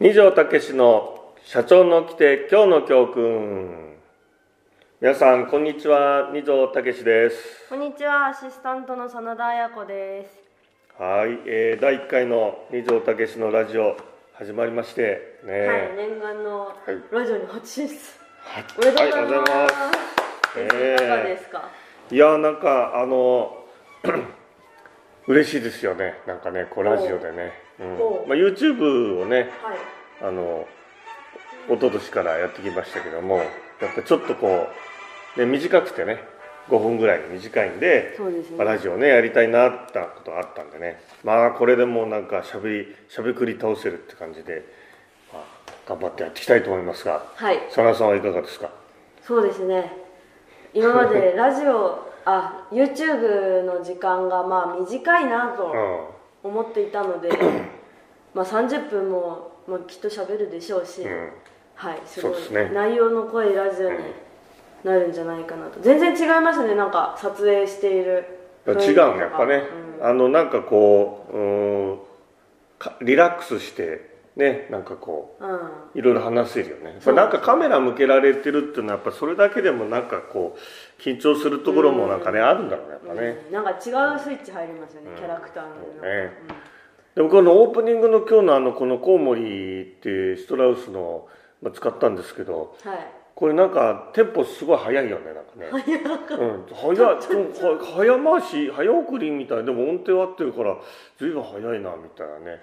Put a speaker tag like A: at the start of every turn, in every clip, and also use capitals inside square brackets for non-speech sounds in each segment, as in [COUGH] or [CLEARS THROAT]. A: 二条武史の社長の規定今日の教訓皆さんこんにちは二条武史です
B: こんにちは、アシスタントの真田彩子です。
A: はい、えー、第一回の二条武史のラジオ始まりましてね、
B: はい、念願の
A: い
B: ラジオに初進出。
A: はい
B: おめでとうござい
A: ありが
B: ます。
A: とうございます
B: いかがですか。
A: いやーなんかあの [CLEARS THROAT] 嬉しいですよねなんかねこうラジオでね、
B: お
A: う
B: うん
A: まあ、YouTube をね
B: はい。
A: あの一昨年からやってきましたけどもやっぱちょっとこう、ね、短くてね5分ぐらい短いんで、
B: そうです
A: まあ
B: ね。
A: ラジオねやりたいなったことあったんでねまあこれでもうなんかしゃべりしゃべくり倒せるって感じで、まあ、頑張ってやっていきたいと思いますが
B: はい。
A: 真田さんはいかがですか
B: そうですね。今までラジオ、あ、YouTube の時間がまあ短いな
A: う
B: と
A: ん
B: 思っていたので、まあ30分もまあきっと喋るでしょうし、
A: うん
B: はい、すごい
A: そうですね
B: 内容の濃いラジオになるんじゃないかなと。全然違いましたね。なんか撮影している
A: 違う
B: 雰囲気とか。
A: のやっぱね、
B: うん
A: あのなんかこううーんかリラックスしてねなんかこ
B: うん、
A: ういろいろ話せるよねやっぱ
B: そう
A: なんかカメラ向けられてるっていうのはやっぱそれだけでもなんかこう緊張するところもなんかね、あるんだろうねやっぱね、
B: うんなんか違うスイッチ入りますよね、キャラクターの、
A: そうねでもこのオープニングの今日のあのこのコウモリっていうシトラウスのまあ使ったんですけど
B: うんはい
A: これなんかテンポすごい速いよねなんかねうん、早いうんは早回し早送りみたいでも音程合ってるから随分早いなみたいなね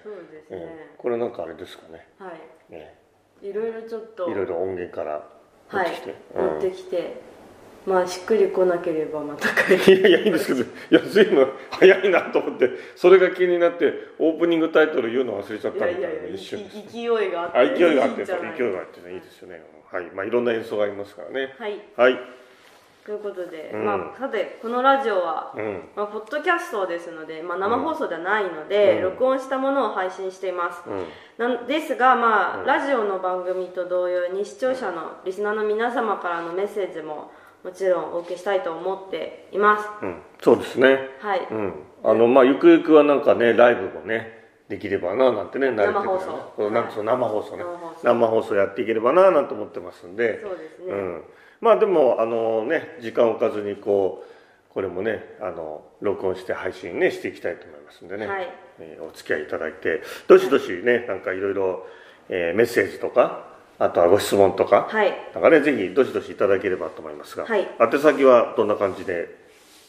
B: そうですね、
A: ええこれなんかあれですかね
B: は
A: ね
B: いいろいろちょっと
A: いろいろ音源から持
B: は
A: っ
B: い
A: てきて、
B: 持ってきてまあしっくりこなければまた帰
A: う
B: る
A: ん、いやいやいいんですけどいや随分早いなと思ってそれが気になってオープニングタイトル言うの忘れちゃっ
B: い
A: た
B: や
A: みた
B: い
A: いな
B: やいや
A: 一瞬です
B: い勢いがあって
A: あ勢いがあって
B: いいんじゃない
A: 勢いがあってねいいですよねはいまあいろんな演奏がありますからね
B: はい
A: はい
B: ということで、
A: うん
B: まあ、さてこのラジオは、
A: うん
B: まあ、ポッドキャストですので、まあ、生放送ではないので、
A: うん
B: 録音したものを配信しています、
A: うん
B: なんですが、まあ
A: うん
B: ラジオの番組と同様に視聴者のリスナーの皆様からのメッセージももちろんお受けしたいと思っています
A: うんそうですね
B: はい、
A: うんあのまあゆくゆくはなんかねライブもねできればななんてね慣れてくる
B: 生放送
A: そうなんかそう生放送ね
B: 生放送
A: 生放送やっていければななんて思ってますんで
B: そうですね、
A: うんまあでもあのね時間を置かずにこうこれもねあの録音して配信ねしていきたいと思いますんでね、
B: はい
A: えーお付き合いいただいてどしどしねなんかいろいろえーメッセージとかあとはご質問とか、
B: はい
A: なんかねぜひどしどしいただければと思いますが、
B: はい
A: 宛先はどんな感じで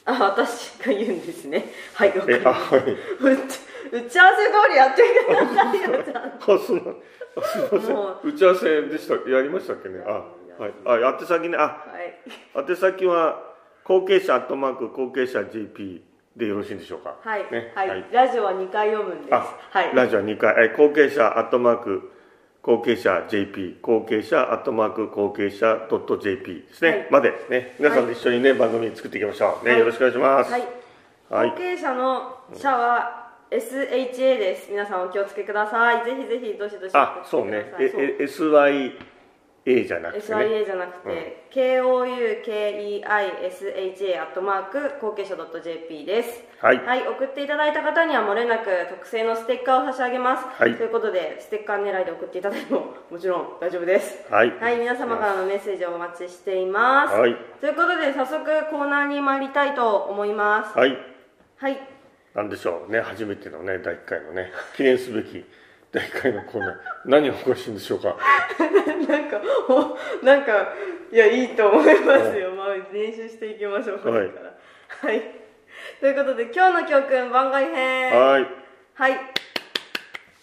B: あ私が言うんですねはいわかり
A: えあ
B: まし
A: はい
B: た打ち [LAUGHS] 打ち合わせ通りやってくださいよちゃんと
A: あすみませんあすみ
B: も
A: ません打ち合わせでしたやりましたっけねあはいあ宛先ねあ
B: はい
A: 宛先は後継者アットマーク後継者 GP でよろしいんでしょうか
B: はい、
A: ね
B: はいラジオは2回読むんです
A: あ
B: はい
A: ラジオ2回え後継者アットマーク後継者 JP 後継者アットマーク後継者 .jp ですね、
B: はい
A: までね皆さんで一緒にね、番組作っていきましょうね、
B: はい
A: よろしくお願いします
B: はい、
A: はい
B: 後継者の社は SHA です皆さんお気をつけくださいぜひぜひどしどし
A: あ
B: 送
A: そ
B: っ
A: う
B: て
A: ね
B: ください
A: ええ SYA じゃなくてね
B: SIA じゃなくて、KOUKEISHA アットマーク後継者 .jp です
A: はい
B: 送っていただいた方にはもれなく特製のステッカーを差し上げます、
A: はい
B: ということでステッカー狙いで送っていただいてももちろん大丈夫です
A: はい
B: はい皆様からのメッセージをお待ちしています、
A: はい
B: ということで早速コーナーに参りたいと思います
A: はい
B: はい
A: なんでしょうね初めてのね第1回のね記念すべき第1回のコーナー何を起こしてるんでしょうか
B: なんかおなんかいやいいと思いますよ、まあ、練習していきましょうこれからはい、ということで今日の教訓番外編はい、
A: はい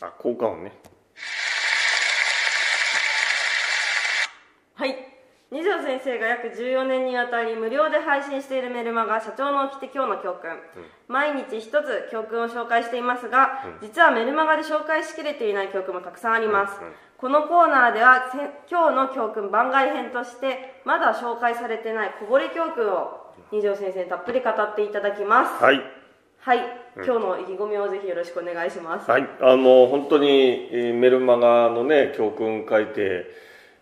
A: あ効果音ね
B: はい二条先生が約14年にわたり無料で配信しているメルマガ「社長の起きて今日の教訓」毎日一つ教訓を紹介していますが、実はメルマガで紹介しきれていない教訓もたくさんあります、
A: うんうん
B: このコーナーではせ今日の教訓番外編としてまだ紹介されてないこぼれ教訓を二条先生にたっぷり語っていただきます
A: はい
B: はい、今日の意気込みをぜひよろしくお願いします。
A: はいあの本当にえーメルマガのね教訓書いて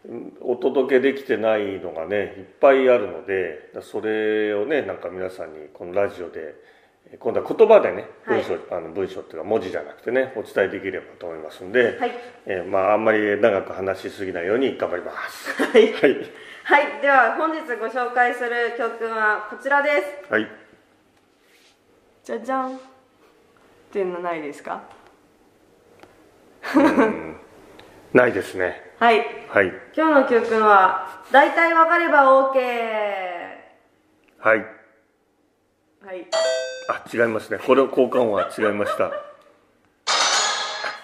A: うんお届けできてないのがねいっぱいあるのでそれをねなんか皆さんにこのラジオで今度は言葉でね
B: はい
A: 文章,、あの文章っていうか文字じゃなくてねお伝えできればと思いますんで、
B: はい
A: えーまああんまり長く話しすぎないように頑張ります
B: はい、
A: はい
B: はい、では本日ご紹介する教訓はこちらです
A: はい
B: じゃじゃんっていうのないですか
A: ないですね
B: はい
A: はい
B: 今日の教訓は大体わかれば OK
A: はい
B: はい
A: あ違いますねこれ交換音は違いましたあこ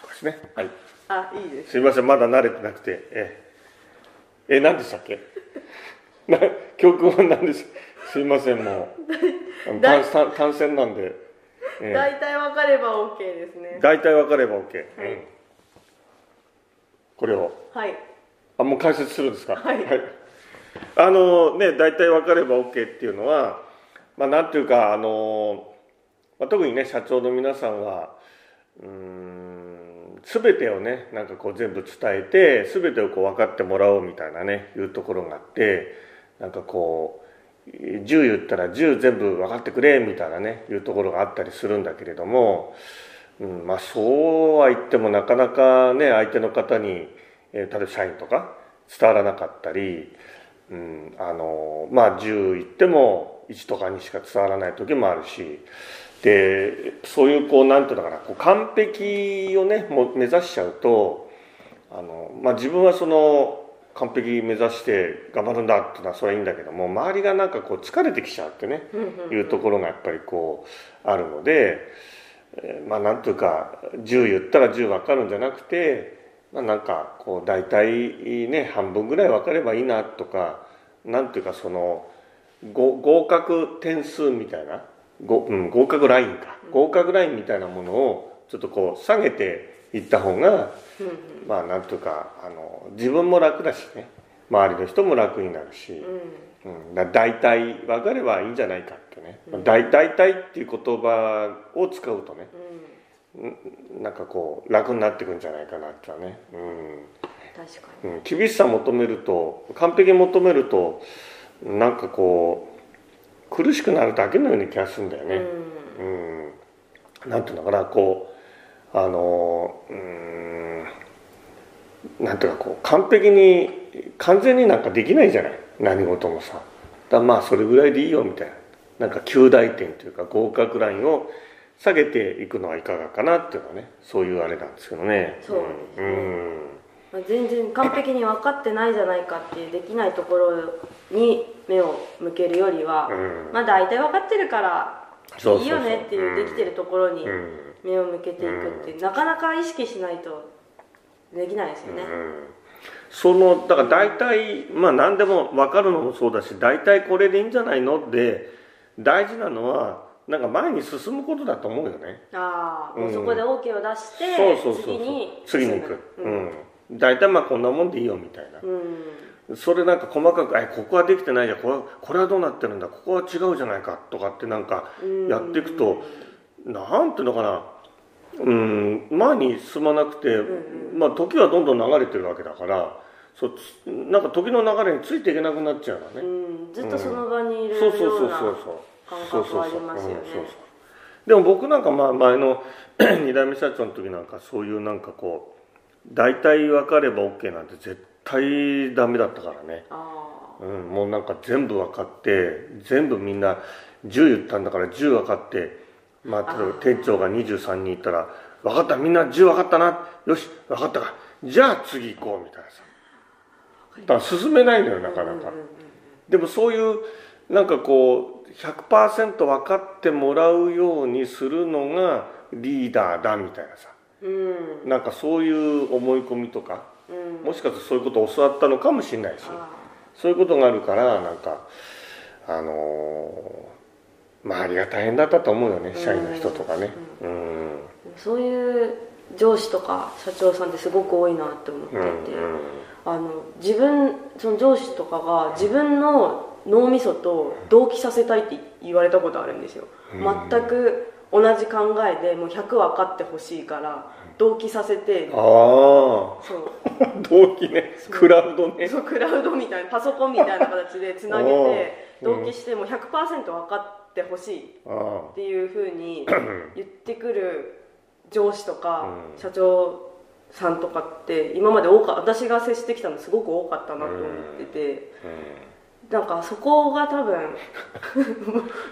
A: れですねはい
B: あいいです
A: すいませんまだ慣れてなくてえええ何でしたっけ [LAUGHS] な教訓は何ですすいませんもうあの単単単線なんで、ええ
B: 大体わかれば OK ですね
A: 大体分かれば OK、うん、これを
B: はい
A: あもう解説するんですか
B: はい
A: あのね大体分かれば OK っていうのはまあなんていうかあの、まあ、特にね社長の皆さんはうーん全てをねなんかこう全部伝えて全てをこう分かってもらおうみたいなねいうところがあってなんかこうえー10言ったら10全部分かってくれみたいなねいうところがあったりするんだけれども、うん、まあそうは言ってもなかなかね相手の方に、えー例えば社員とか伝わらなかったり、うん、あのまあ10言っても1とか2しか伝わらない時もあるしでそういうこうなんていうのかなこう完璧をねもう目指しちゃうとあの、まあ、自分はその完璧目指して頑張るんだっていうのはそれはいいんだけども周りがなんかこう疲れてきちゃうってね
B: うんうん
A: いうところがやっぱりこうあるので、えーまあなんというか10言ったら10分かるんじゃなくて、まあ、なんかこう大体ね半分ぐらい分かればいいなとかなんていうかそのご合格点数みたいな、ごうん、合格ラインか合格ラインみたいなものをちょっとこう下げていった方が
B: うんうん
A: まあなんというかあの自分も楽だしね周りの人も楽になるし。
B: うん
A: うん、だ大体分かればいいんじゃないかってね、大大体っていう言葉を使うとね
B: うん
A: なんかこう楽になってくんじゃないかなってはね、
B: 確か
A: うんうん、厳しさ求めると完璧求めるとなんかこう苦しくなるだけのような気がするんだよ
B: に、
A: ね、うんなんていうのかなこうあのうんなんていうかこう完璧に完全になんかできないじゃない何事もさだからまあそれぐらいでいいよみたいななんか及第点というか合格ラインを下げていくのはいかがかなっていうのはねそういうあれなんですけどね
B: そうです
A: ん
B: ね
A: うん
B: まあ、全然完璧に分かってないじゃないかっていうできないところに目を向けるよりは、
A: うん
B: まあ大体分かってるから
A: そうそうそう
B: いいよねっていう
A: うん
B: できてるところに
A: うん
B: 目を向けていくっていう、なかなか意識しないとできないですよね、
A: そのだから大体まあ何でも分かるのもそうだし大体これでいいんじゃないので大事なのはなんか前に進むことだと思うよね、
B: ああもううんそこで OK を出して、
A: そうそうそうそ
B: 次
A: う
B: に
A: 次に行く、う
B: うんん、
A: 大体まあこんなもんでいいよみたいな、
B: うん
A: それなんか細かく「えここはできてないじゃんこれこれはどうなってるんだここは違うじゃないか」とかってなんか
B: うん
A: やっていくと、なんていうのかなうん前に進まなくて、まあ、時はどんどん流れてるわけだからそうつなんか時の流れについていけなくなっちゃうのね、
B: うん、ずっとその場にいる
A: そ
B: よ
A: うそうそうう
B: な
A: そうそう
B: 感
A: そう
B: 覚
A: そ
B: は
A: う
B: あ
A: そう
B: り
A: うん
B: ます
A: そ
B: よ
A: う
B: ね
A: そうでも僕なんかまあ前の [COUGHS] 2代目社長の時なんかそういうなんかこう大体分かれば OK なんて絶対ダメだったからね
B: あ
A: うん、もうなんか全部分かって全部みんな10言ったんだから10分かって、まあ、例えば店長が23人いたら「分かったみんな10分かったなよし分かったかじゃあ次行こう」みたいなさだから進めないのよなかなか、でもそういうなんかこう100%分かってもらうようにするのがリーダーだみたいなさ
B: あうん
A: なんかそういう思い込みとか
B: うん
A: もしかするとそういうことを教わったのかもしれないし
B: あ
A: そういうことがあるからなんかあのー周りが大変だったと思うよね社員の人とかねうん
B: ーそういう上司とか社長さんってすごく多いなって思って
A: うん
B: いて、あの自分その上司とかが自分の脳みそと同期させたいって言われたことあるんですよ、
A: うん
B: 全く同じ考えでもう100分かってほしいから同期させて
A: あ
B: そう
A: あ動機ねクラウド [LAUGHS] ね
B: そうクラウドみたいなパソコンみたいな形でつなげて
A: おー
B: 同期してもう100%分かってってほしいっ
A: あ
B: ていうふうに
A: あうん
B: 言ってくる上司とか
A: うん
B: 社長さんとかって今まで多か私が接してきたのすごく多かったなと思っててなんかそこが多分 [LAUGHS]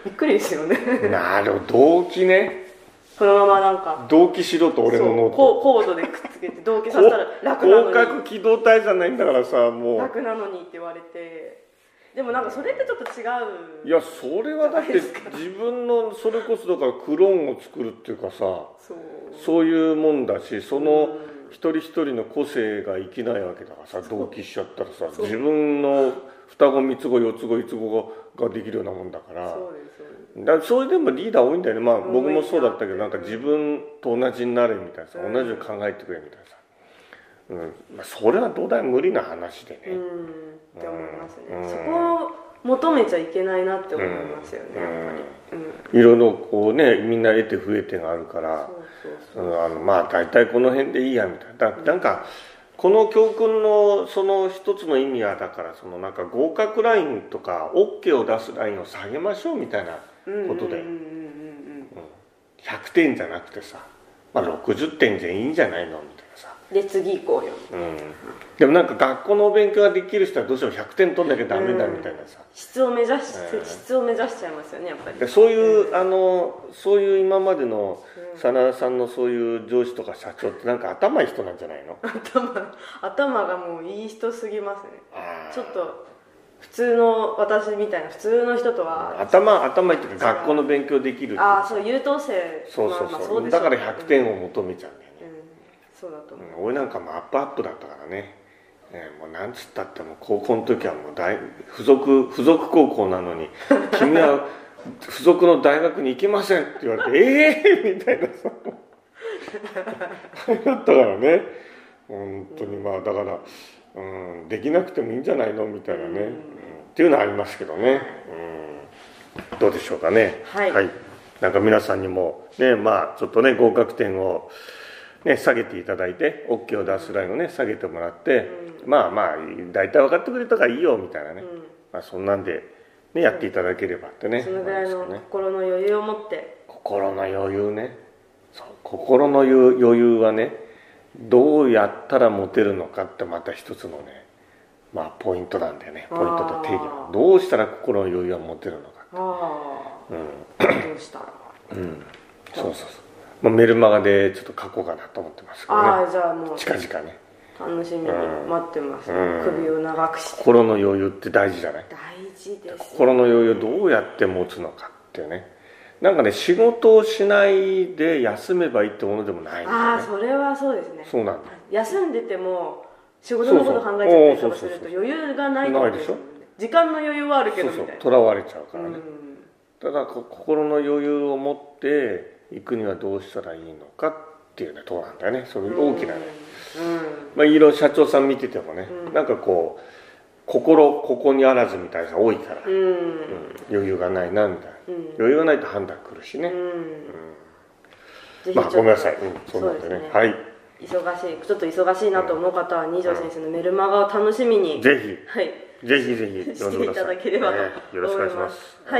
B: びっくりですよね [LAUGHS]
A: うんなるほど動機ね
B: このままなんか
A: 動機しろと俺のノー
B: そう
A: ト
B: ココードでくっつけて同期させたら楽なの
A: 広
B: に
A: 角機動隊じゃないんだからさもう
B: 楽なのにって言われてでもなんかそれってちょっと違う
A: いやそれはだって
B: じゃないですか
A: 自分のそれこそだからクローンを作るっていうかさ
B: そう
A: そういうもんだしその
B: うん
A: 一人一人の個性が生きないわけだからさ同期しちゃったらさ
B: そう
A: 自分の双子三つ子四つ子五つ子がができるようなもんだから
B: そうですそうです
A: だそれでもリーダー多いんだよねまあ
B: うん
A: 僕もそうだったけど
B: うん
A: なんか自分と同じになれみたいなさ
B: うん
A: 同じように考えてくれみたいなさ、うんまあ、それはどうだい無理な話で
B: う
A: ね、
B: んって思いますね、
A: うん
B: そこを求めちゃいけないなって思いますよね、
A: うん
B: やっぱり、うん、
A: いろいろこうねみんな得て増えてがあるか
B: そ
A: ら
B: うそうそう、
A: うんあのまあ大体この辺でいいやみたいなだなんかこの教訓のその一つの意味はだからそのなんか合格ラインとか OK を出すラインを下げましょうみたいな
B: うん、
A: ことで
B: うんうんうん
A: 100点じゃなくてさ、まあ、60点でいいんじゃないのみたいなさ
B: うんで次行こうよ
A: うんでもなんか学校のお勉強ができる人はどうしても100点取んなきゃダメだみたいなさ、
B: 質を目指し、
A: うん
B: 質を目指しちゃいますよねやっぱり
A: でそういう、あのそういう今までの
B: うん
A: 真田さんのそういう上司とか社長ってなんか頭いい人なんじゃないの
B: 頭頭がもういい人すぎますね
A: あー
B: ちょっと普通の私みたいな普通の人とは、
A: 頭頭いいっていうか学校の勉強できるっていう
B: ああそう優等生
A: そうそうそう,、
B: まあまあそうでしょ
A: だから100点を求めちゃうんだよね
B: う、ん、うんそうだと思う、
A: うん俺なんかもアップアップだったからね、ええもうなんつったってもう高校の時はもう大付属付属高校なのに君は [LAUGHS] 付属の大学に行けませんって言われてええみたいなさだったからね本当にまあだから、うん、できなくてもいいんじゃないのみたいなね、
B: うん
A: うんっていうのはありますけどね、うん、どうでしょうかね
B: はい
A: なんか皆さんにもねまあちょっとね合格点をね、下げていただいて OK を出すラインをね下げてもらって、まあまあ大体分かってくれたからいいよみたいなね、
B: うん
A: まあ、そんなんで、ね、やっていただければってね
B: そのぐらい
A: 思
B: の
A: ますけどね
B: 心の余裕を持って
A: 心の余裕ねそう心の余余裕はねどうやったらモテるのかってまた一つのねまあポイントなんだよねポイントと定義
B: あー
A: どうしたら心の余裕は持てるのか
B: ああ、どうした
A: うんそうそうそう、まあ、メルマガでちょっと書こうかなと思ってますけど
B: あ
A: ね
B: あじゃあもう
A: 近々ね
B: 楽しみに待ってます、
A: うん
B: 首を長くして
A: 心の余裕って大事じゃない
B: 大事です
A: 心の余裕をどうやって持つのかっていうねなんかね仕事をしないで休めばいいってものでもないんだ
B: あ
A: よ
B: あ
A: ね
B: それはそうですね
A: そうなんだ
B: 休んでても仕事のこと考えちゃったりとかすると
A: そう
B: 余裕がない
A: ない
B: で
A: でし
B: す
A: ょ
B: もんね時間の余裕はあるけ
A: そ
B: ど
A: う
B: み
A: そう
B: たいな
A: とらわれちゃうから
B: う
A: ね、
B: ん
A: ただこ心の余裕を持って行くにはどうしたらいいのかっていうねとこなんだよねそれ大きなね、
B: うん
A: まあ、いろいろ社長さん見ててもね、
B: うん
A: なんかこう心ここにあらずみたいなのが多いから、
B: う
A: うんん余裕がないなんだ
B: うん
A: 余裕がないと判断来るしね、
B: ぜひちょ
A: まあ
B: っ
A: ごめんな
B: と
A: さい、うん、そうなんで
B: そう
A: ね
B: ですね
A: はい
B: 忙しいちょっと忙しいなと思う方は二条先生のメルマガを楽しみに、
A: ぜひ
B: はい
A: ぜひぜひ
B: し
A: 読
B: て
A: んで
B: い
A: くだ
B: た
A: さ
B: だ
A: い。
B: ければと思い
A: ね
B: ます。
A: よろしくお願いします。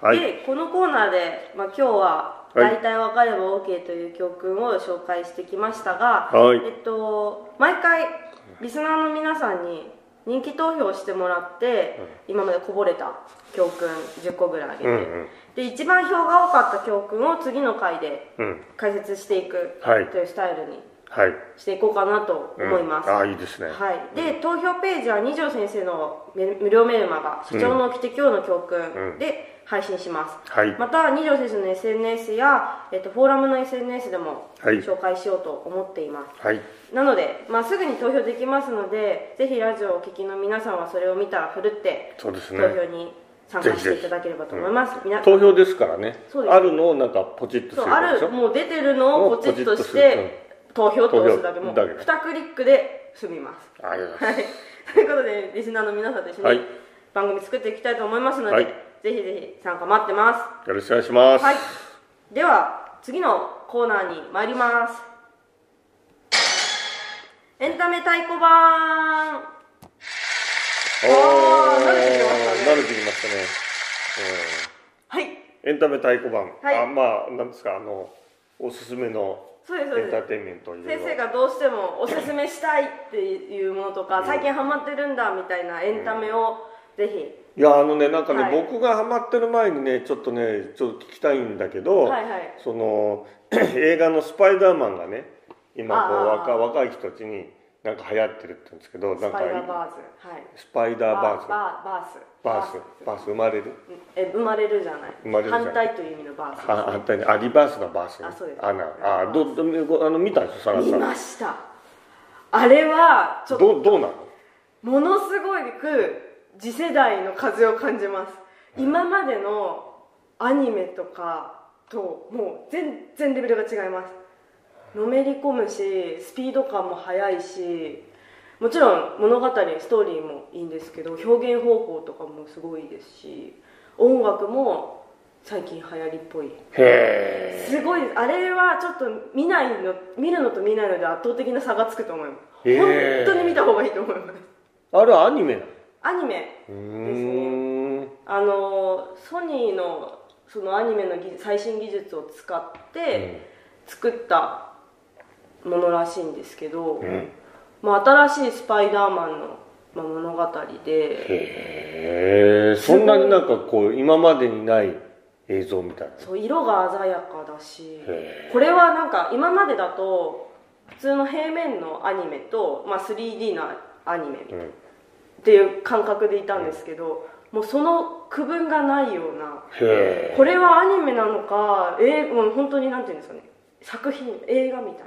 B: はい。
A: はい。
B: で、このコーナーで、まあ、今日は、
A: はい
B: 大体わかれば OK という教訓を紹介してきましたが、
A: はい
B: えっと、毎回、リスナーの皆さんに人気投票してもらって、今までこぼれた教訓10個ぐらいあげて、
A: うんうん
B: で、一番票が多かった教訓を次の回で
A: うん。
B: 解説していく
A: はい
B: というスタイルに
A: はい。
B: していこうかなと
A: うん
B: 思います。
A: ああ、いいですね。
B: はい、で、投票ページは二条先生のメ無料メルマガ「社長の起きて今日の教
A: う
B: 訓」
A: ん
B: で配信します、
A: はい。
B: また二条先生の SNS や、えっと、フォーラムの SNS でも
A: はい
B: 紹介しようと思っています、
A: はい。
B: なので、まあ、すぐに投票できますのでぜひラジオをお聞きの皆さんはそれを見たらふるって
A: そうです
B: 投
A: ね。
B: 票に参加していただければと思います、みな
A: 投票ですからね
B: そうで。す
A: あるのをなんかポチッとす
B: そう
A: る
B: あ
A: でし
B: る
A: ょ。
B: もう出てるのを
A: を
B: ポチッと
A: ポチッと
B: し
A: する
B: て投票と押すだけ
A: 投票
B: もう
A: だけね
B: 2クリックで済みます
A: ありがとうござ
B: はいい [LAUGHS]
A: ま、
B: ということでリスナーの皆さんと一緒
A: はい
B: に番組作っていきたいと思いますので、
A: はい。
B: ぜひぜひ参加待ってます
A: よろしくお願いしますす。
B: はいでは次のコーナーに参りますエンタメ太鼓版
A: おー
B: あー慣れてきましたね
A: 慣れてきましたね。
B: はい
A: エンタメ太鼓判、
B: はい
A: あまあなんですかあのおすすめの
B: そうですそう
A: エン
B: で
A: ター
B: す
A: テインメントをいろい
B: 先
A: ろ
B: 生がどうしてもおすすめしたいっていうものとか最近ハマってるんだみたいなエンタメをぜ
A: いやあのねなんかね、
B: はい
A: 僕がハマってる前にねちょっとねちょっと聞きたいんだけど、
B: ひはいはい
A: その [CLEARS THROAT] 映画の「スパイダーマン」がね今こう
B: あー
A: 若若い人たちになんか流行ってるって言うんですけどな
B: ス
A: んか
B: パイダーバーズはい
A: スパイダーバース
B: バース
A: バースバース生まれる
B: うんえ生まれるじゃない
A: 生まれるじゃない
B: 反対という意味のバース
A: あ反対にあリバースのバースね
B: あそうです
A: あなあどどあの見たんですよサラ
B: 見
A: さ
B: ましたあれはちょ
A: ん
B: っと
A: どうどうなの
B: ものすごく次世代の風を感じます今までのアニメとかともう全然レベルが違いますのめり込むしスピード感も速いしもちろん物語ストーリーもいいんですけど表現方法とかもすごいですし音楽も最近流行りっぽい
A: へ
B: すごいですあれはちょっと見ないの見るのと見ないので圧倒的な差がつくと思います
A: へー
B: 本当に見た方がいいと思います
A: ーあれはアニメなの
B: アニメ
A: うーん
B: あのソニーのそのアニメの技最新技術を使って作ったものらしいんですけど、
A: うんへ
B: まあ、新しい「スパイダーマンの」まあ、物語で
A: えそんなになんかこう今までにない映像みたいな
B: そう色が鮮やかだし
A: へ
B: これはなんか今までだと普通の平面のアニメと、まあ、3D のアニメみたいな
A: うん
B: っていう感覚でいたんですけど、もうその区分がないような
A: へえ
B: これはアニメなのか、えーもう本当になんていうんですかね作品映画みたいな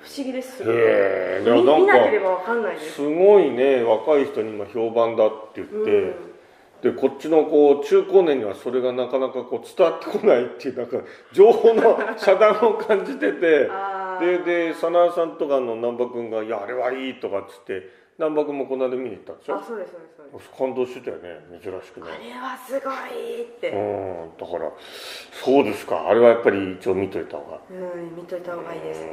B: 不思議ですすごい
A: へーいやな
B: 見
A: んか
B: 見なければわかんないです、
A: すごいね若い人に今評判だって言って、
B: うん、
A: でこっちのこう中高年にはそれがなかなかこう伝わってこないっていうなんか情報の遮断を感じてて
B: あー
A: でで早苗さんとかの難波君が「いやあれはいい」とかっつって難波君もこの間見に行ったんでし
B: あ
A: ょ
B: そうですそうですそうです
A: 感動してたよね珍しく
B: あ
A: ね
B: れはすごいって、
A: うんだからそうですかあれはやっぱり一応見といた方が
B: うん、見といた方がいいで
A: う
B: す
A: ん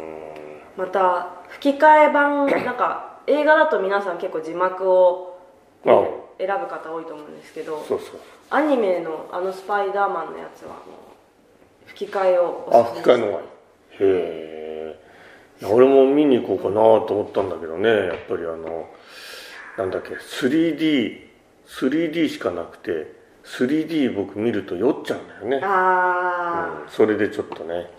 B: また吹き替え版なんか映画だと皆さん結構字幕を
A: あ
B: 選ぶ方多いと思うんですけど
A: そうっすか
B: アニメのあのスパイダーマンのやつはもう吹き替えを
A: あ
B: おすすめ
A: 吹き替えの方がいいへえ俺も見に行こうかなと思ったんだけどねやっぱりあのなんだっけ 3D3D しかなくて 3D 僕見ると酔っちゃうんだよね、
B: あ
A: うんそれでちょっとね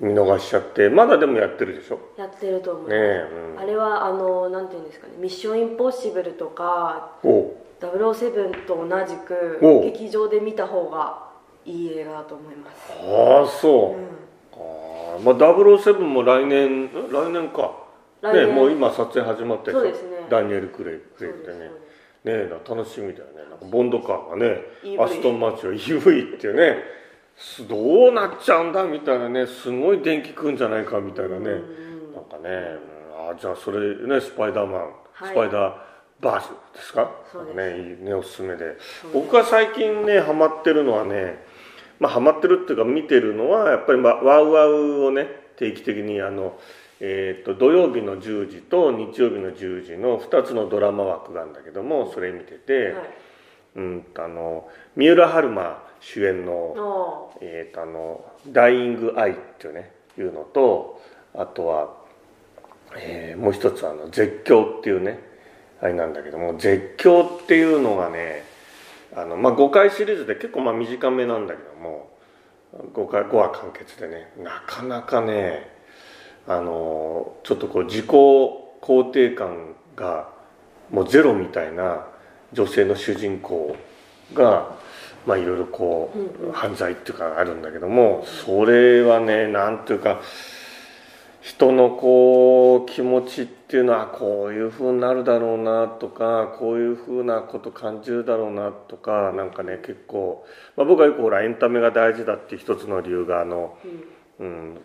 A: 見逃しちゃってまだでもやってるでしょ
B: ーやってると思う、
A: ねえ、
B: あれはあのなんていうんですかね「ミッションインポッシブル」とか
A: うん、おう
B: 「007」と同じく
A: おう
B: 劇場で見た方がいい映画だと思います、
A: ああそうう、
B: ん、
A: ああまあ007も来年ん来年か
B: 来年
A: ねもう今撮影始まって
B: そうですね
A: ダニエル・クレイク
B: そ
A: レ
B: う
A: イ
B: です
A: でね
B: そうです
A: ねえな楽しみだよねなんかボンドカーがね
B: EV
A: アストンマーチン EV ってねすどうなっちゃうんだみたいなねすごい電気食うんじゃないかみたいなねなんかねうんあじゃあそれねスパイダーマン、
B: はい
A: スパイダーバースですか
B: そうです
A: ねいいねおすすめで
B: そうです
A: 僕が最近ねハマってるのはねまあハマってるっていうか見てるのはやっぱり、まあ、ワウワウをね定期的にあのえー、と土曜日の10時と日曜日の10時の2つのドラマ枠があるんだけどもそれ見てて、
B: はい
A: うんとあの三浦春馬主演の
B: あ
A: 「えー、とあのダイイング・アイ」っていうねいうのとあとは、えーもう一つあの「絶叫」っていうねあれなんだけども絶叫っていうのがねあの、まあ、5回シリーズで結構まあ短めなんだけども 5, 回5話完結でねなかなかねあのちょっとこう自己肯定感がもうゼロみたいな女性の主人公がまあいろいろこう、
B: うんうん
A: 犯罪っていうかあるんだけどもそれはねなんていうか人のこう気持ちっていうのはこういう風になるだろうなとかこういう風なこと感じるだろうなとかなんかね結構、まあ、僕はよくほらエンタメが大事だっていう一つの理由があの
B: ーう
A: う
B: ん
A: ん、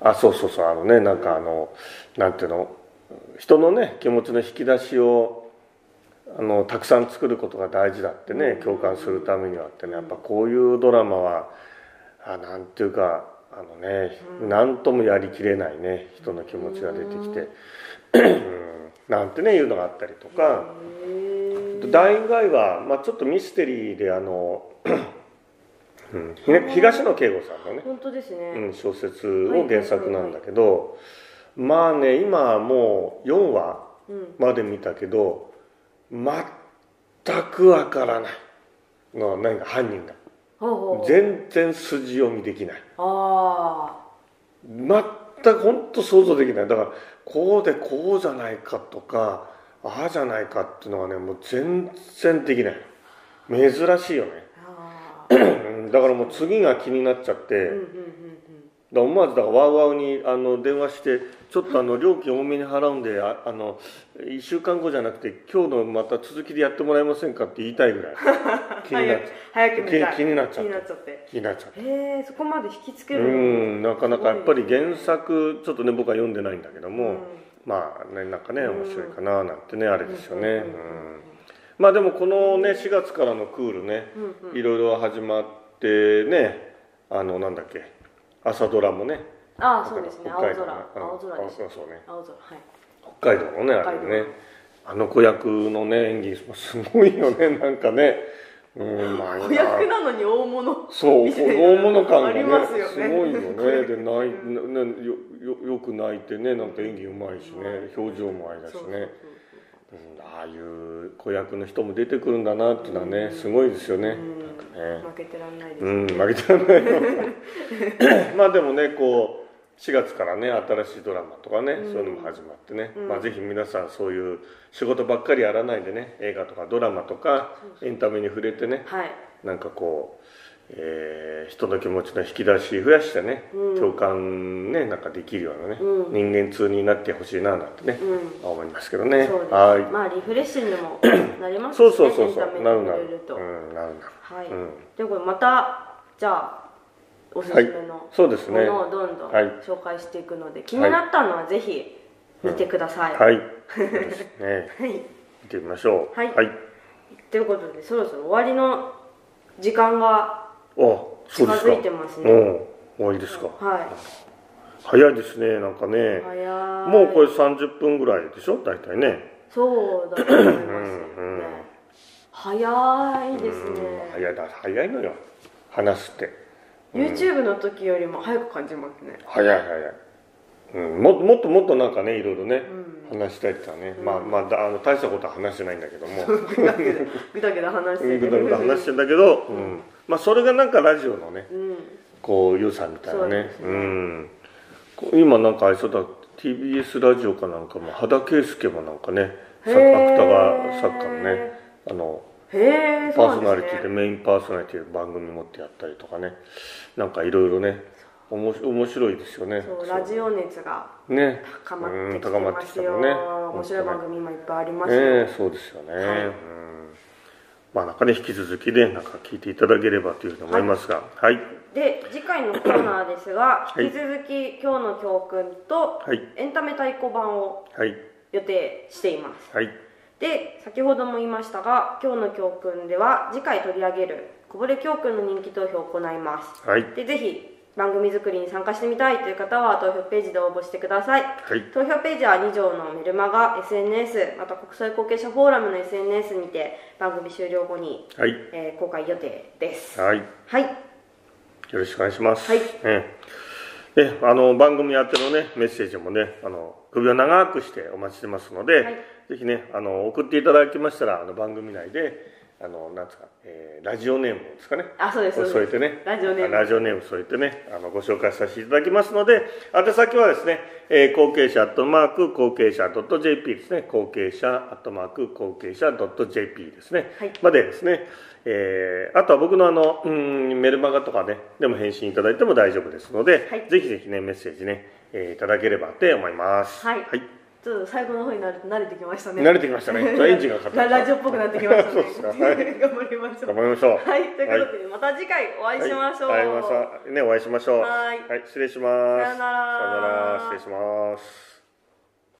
A: あそうそうそうあのねなんかあの、なんていうの人のね気持ちの引き出しをあのたくさん作ることが大事だってね共感するためにはってねやっぱこういうドラマはあなんていうかあのね何ともやりきれないね人の気持ちが出てきて、うん、なんてねいうのがあったりとか。
B: へー
A: 大以外は、まあ、ちょっとミステリーであのうんひね東野圭吾さんのね、
B: 本当ですね、
A: うん、小説を原作なんだけど、まあね今もう4話
B: うん
A: まで見たけど全くわからないの何か犯人が
B: ほうほうほう
A: 全然筋読みできない
B: あ
A: 全く本当想像できないだからこうでこうじゃないかとかああじゃないかっていうのはねもう全然できない珍しいよね
B: [LAUGHS] ーあー
A: うんだからもう次が気になっちゃって、
B: うんうんうん
A: だから思わずだからワウワウにあの電話してちょっとあの料金多めに払うんでああの1週間後じゃなくて今日のまた続きでやってもらえませんかって言いたいぐ [LAUGHS] らい
B: うん
A: 気になっ
B: 早く早く見たい
A: 気気になっちゃった
B: 気になっちゃって
A: 気になっちゃう
B: へえそこまで引きつけ
A: う
B: るの
A: んなかなかやっぱり原作ちょっとね僕は読んでないんだけども、まあねなんかね面白いかななんてねあれですよね、うんまあでもこのね4月からのクールね
B: うんうん
A: いろいろ始まってねあのなんだっけ朝ドラもね
B: ああそうですね青
A: 北海
B: 空
A: 道うん
B: 青空でし
A: あそうそうね
B: た青空はい
A: 北海道のねあ
B: 北海
A: れ
B: 道
A: ねあの子役のね演技もすごいよね [LAUGHS] なんかねうんまあ
B: 子役なのに大物
A: そう
B: みたいな
A: 大物感が
B: あり
A: ね
B: ますよね
A: すごいよ
B: これ [LAUGHS]
A: ねで泣いななよよよく泣いてねなんか演技うまいしね表情もあれだし
B: そうそうそう
A: ねうんああいう子役の人も出てくるんだなっていうのはねすごいですよねなんかね
B: 負けてらんないです
A: うん、負けてらんないよ [LAUGHS] まあでもねこう4月からね新しいドラマとかね、
B: うん
A: そういうのも始まってね、
B: うん
A: まあ、ぜひ皆さんそういう仕事ばっかりやらないでね映画とかドラマとかエンタメに触れてね
B: はい
A: なんかこう、えー人の気持ちの引き出し増やしてね、
B: うん
A: 共感ねなんかできるようなね、
B: うん
A: 人間通になってほしいななんてね、
B: うん
A: 思いますけどね
B: そうです
A: はーい
B: まあリフレッシュに
A: [COUGHS]
B: もなりますし
A: そ
B: ね
A: うそうそうそ
B: エンタメ
A: う
B: に
A: なるな
B: 触れる
A: る
B: と
A: うんなるなる
B: はい
A: うん
B: ということでまたじゃあおすすめの
A: そうです
B: も [LAUGHS]
A: ね
B: のをどんどん
A: はい
B: 紹介していくので気になったのはぜひ見てください
A: はい。そうですね。
B: はい [LAUGHS]
A: 見てみましょう。
B: はいということでそろそろ終わりの時間が
A: お、そうですか。
B: 近づいてますね
A: うん。終わりですか。
B: は
A: 早いですね。なんか
B: い
A: ね。
B: 早い
A: もうこれ三十分ぐらいでしょ。大体ね。
B: そうだと思いますよね
A: うんうん
B: 早いです
A: うん
B: ね。
A: 早いだ。早いのよ。話すって。
B: YouTube の時よりも早く感じますね。
A: 早い早い。うん、ももっともっとなんかねいろいろね、
B: う
A: 話したいって言ったらね、
B: うん
A: まあまあだあの大したことは話してないんだけども
B: ぐだぐだぐだぐだ話してる。
A: ぐだぐだ話してんだけど、うんまあそれがなんかラジオのね
B: うん。
A: こう良さみたいな
B: そう
A: ね
B: です
A: う
B: ね
A: んこう今なんかあれそうだ TBS ラジオかなんかも羽田圭介もなんかね作
B: へー
A: 芥川作家のねあの
B: へえ。
A: パーソナリティで
B: ね。
A: メインパーソナリティで番組持ってやったりとかねなんかいろいろねおもし面白いですよね
B: そうラジオ熱が
A: オね
B: 高まってきて
A: うん高まって
B: ま
A: き
B: す
A: た
B: よ。
A: もんね
B: 面白い番組今いっぱいありますよ。
A: ねそうですよね、
B: はい
A: うんまあなんかね引き続きでなんか聞いていただければというふうに思いますがはい
B: で次回のコーナーですが、
A: い
B: 引き続き今日の教訓と
A: はい
B: エンタメ対抗版を
A: はい
B: 予定しています。
A: はい
B: で先ほども言いましたが今日の教訓では次回取り上げるこぼれ教訓の人気投票を行います
A: はい
B: でぜひ番組作りに参加してみたいという方は投票ページで応募してください
A: はい
B: 投票ページは2条のメルマガ SNS また国際後継者フォーラムの SNS にて番組終了後に、
A: はい
B: えー公開予定です
A: はい
B: はい
A: よろしくお願いします。
B: はい
A: ねであの番組宛てのねメッセージもねあの首を長くしてお待ちしてますので、
B: はい
A: ぜひねあの送っていただきましたらあの番組内であのなんですか、えーラジオネームですかね。
B: あそうです
A: を
B: そう
A: 添え
B: です
A: てね
B: ラジオネーム
A: ラジオネーム添えてねあのご紹介させていただきますので宛先はですね、えー後継者アットマーク後継者 .jp ですね後継者アットマーク後継者 .jp ですね、
B: はい
A: までですね、えーあとは僕のあのうんメルマガとかねでも返信いただいても大丈夫ですので、
B: はい
A: ぜひぜひねメッセージね、えーいただければって思います
B: はいちょっと最後の方になる慣れてきましたね
A: 慣れてきましたねちょっとエンジンがかかってきた
B: ララジオっぽくなってきました
A: [LAUGHS]
B: ね
A: そうですかはい
B: 頑張りましょう
A: 頑張りましょう
B: はい、ということで、また次回お会いしましょう。
A: はい、会いましょうねお会いしましょう
B: はい
A: 失礼します
B: さよなら
A: さよなら失礼します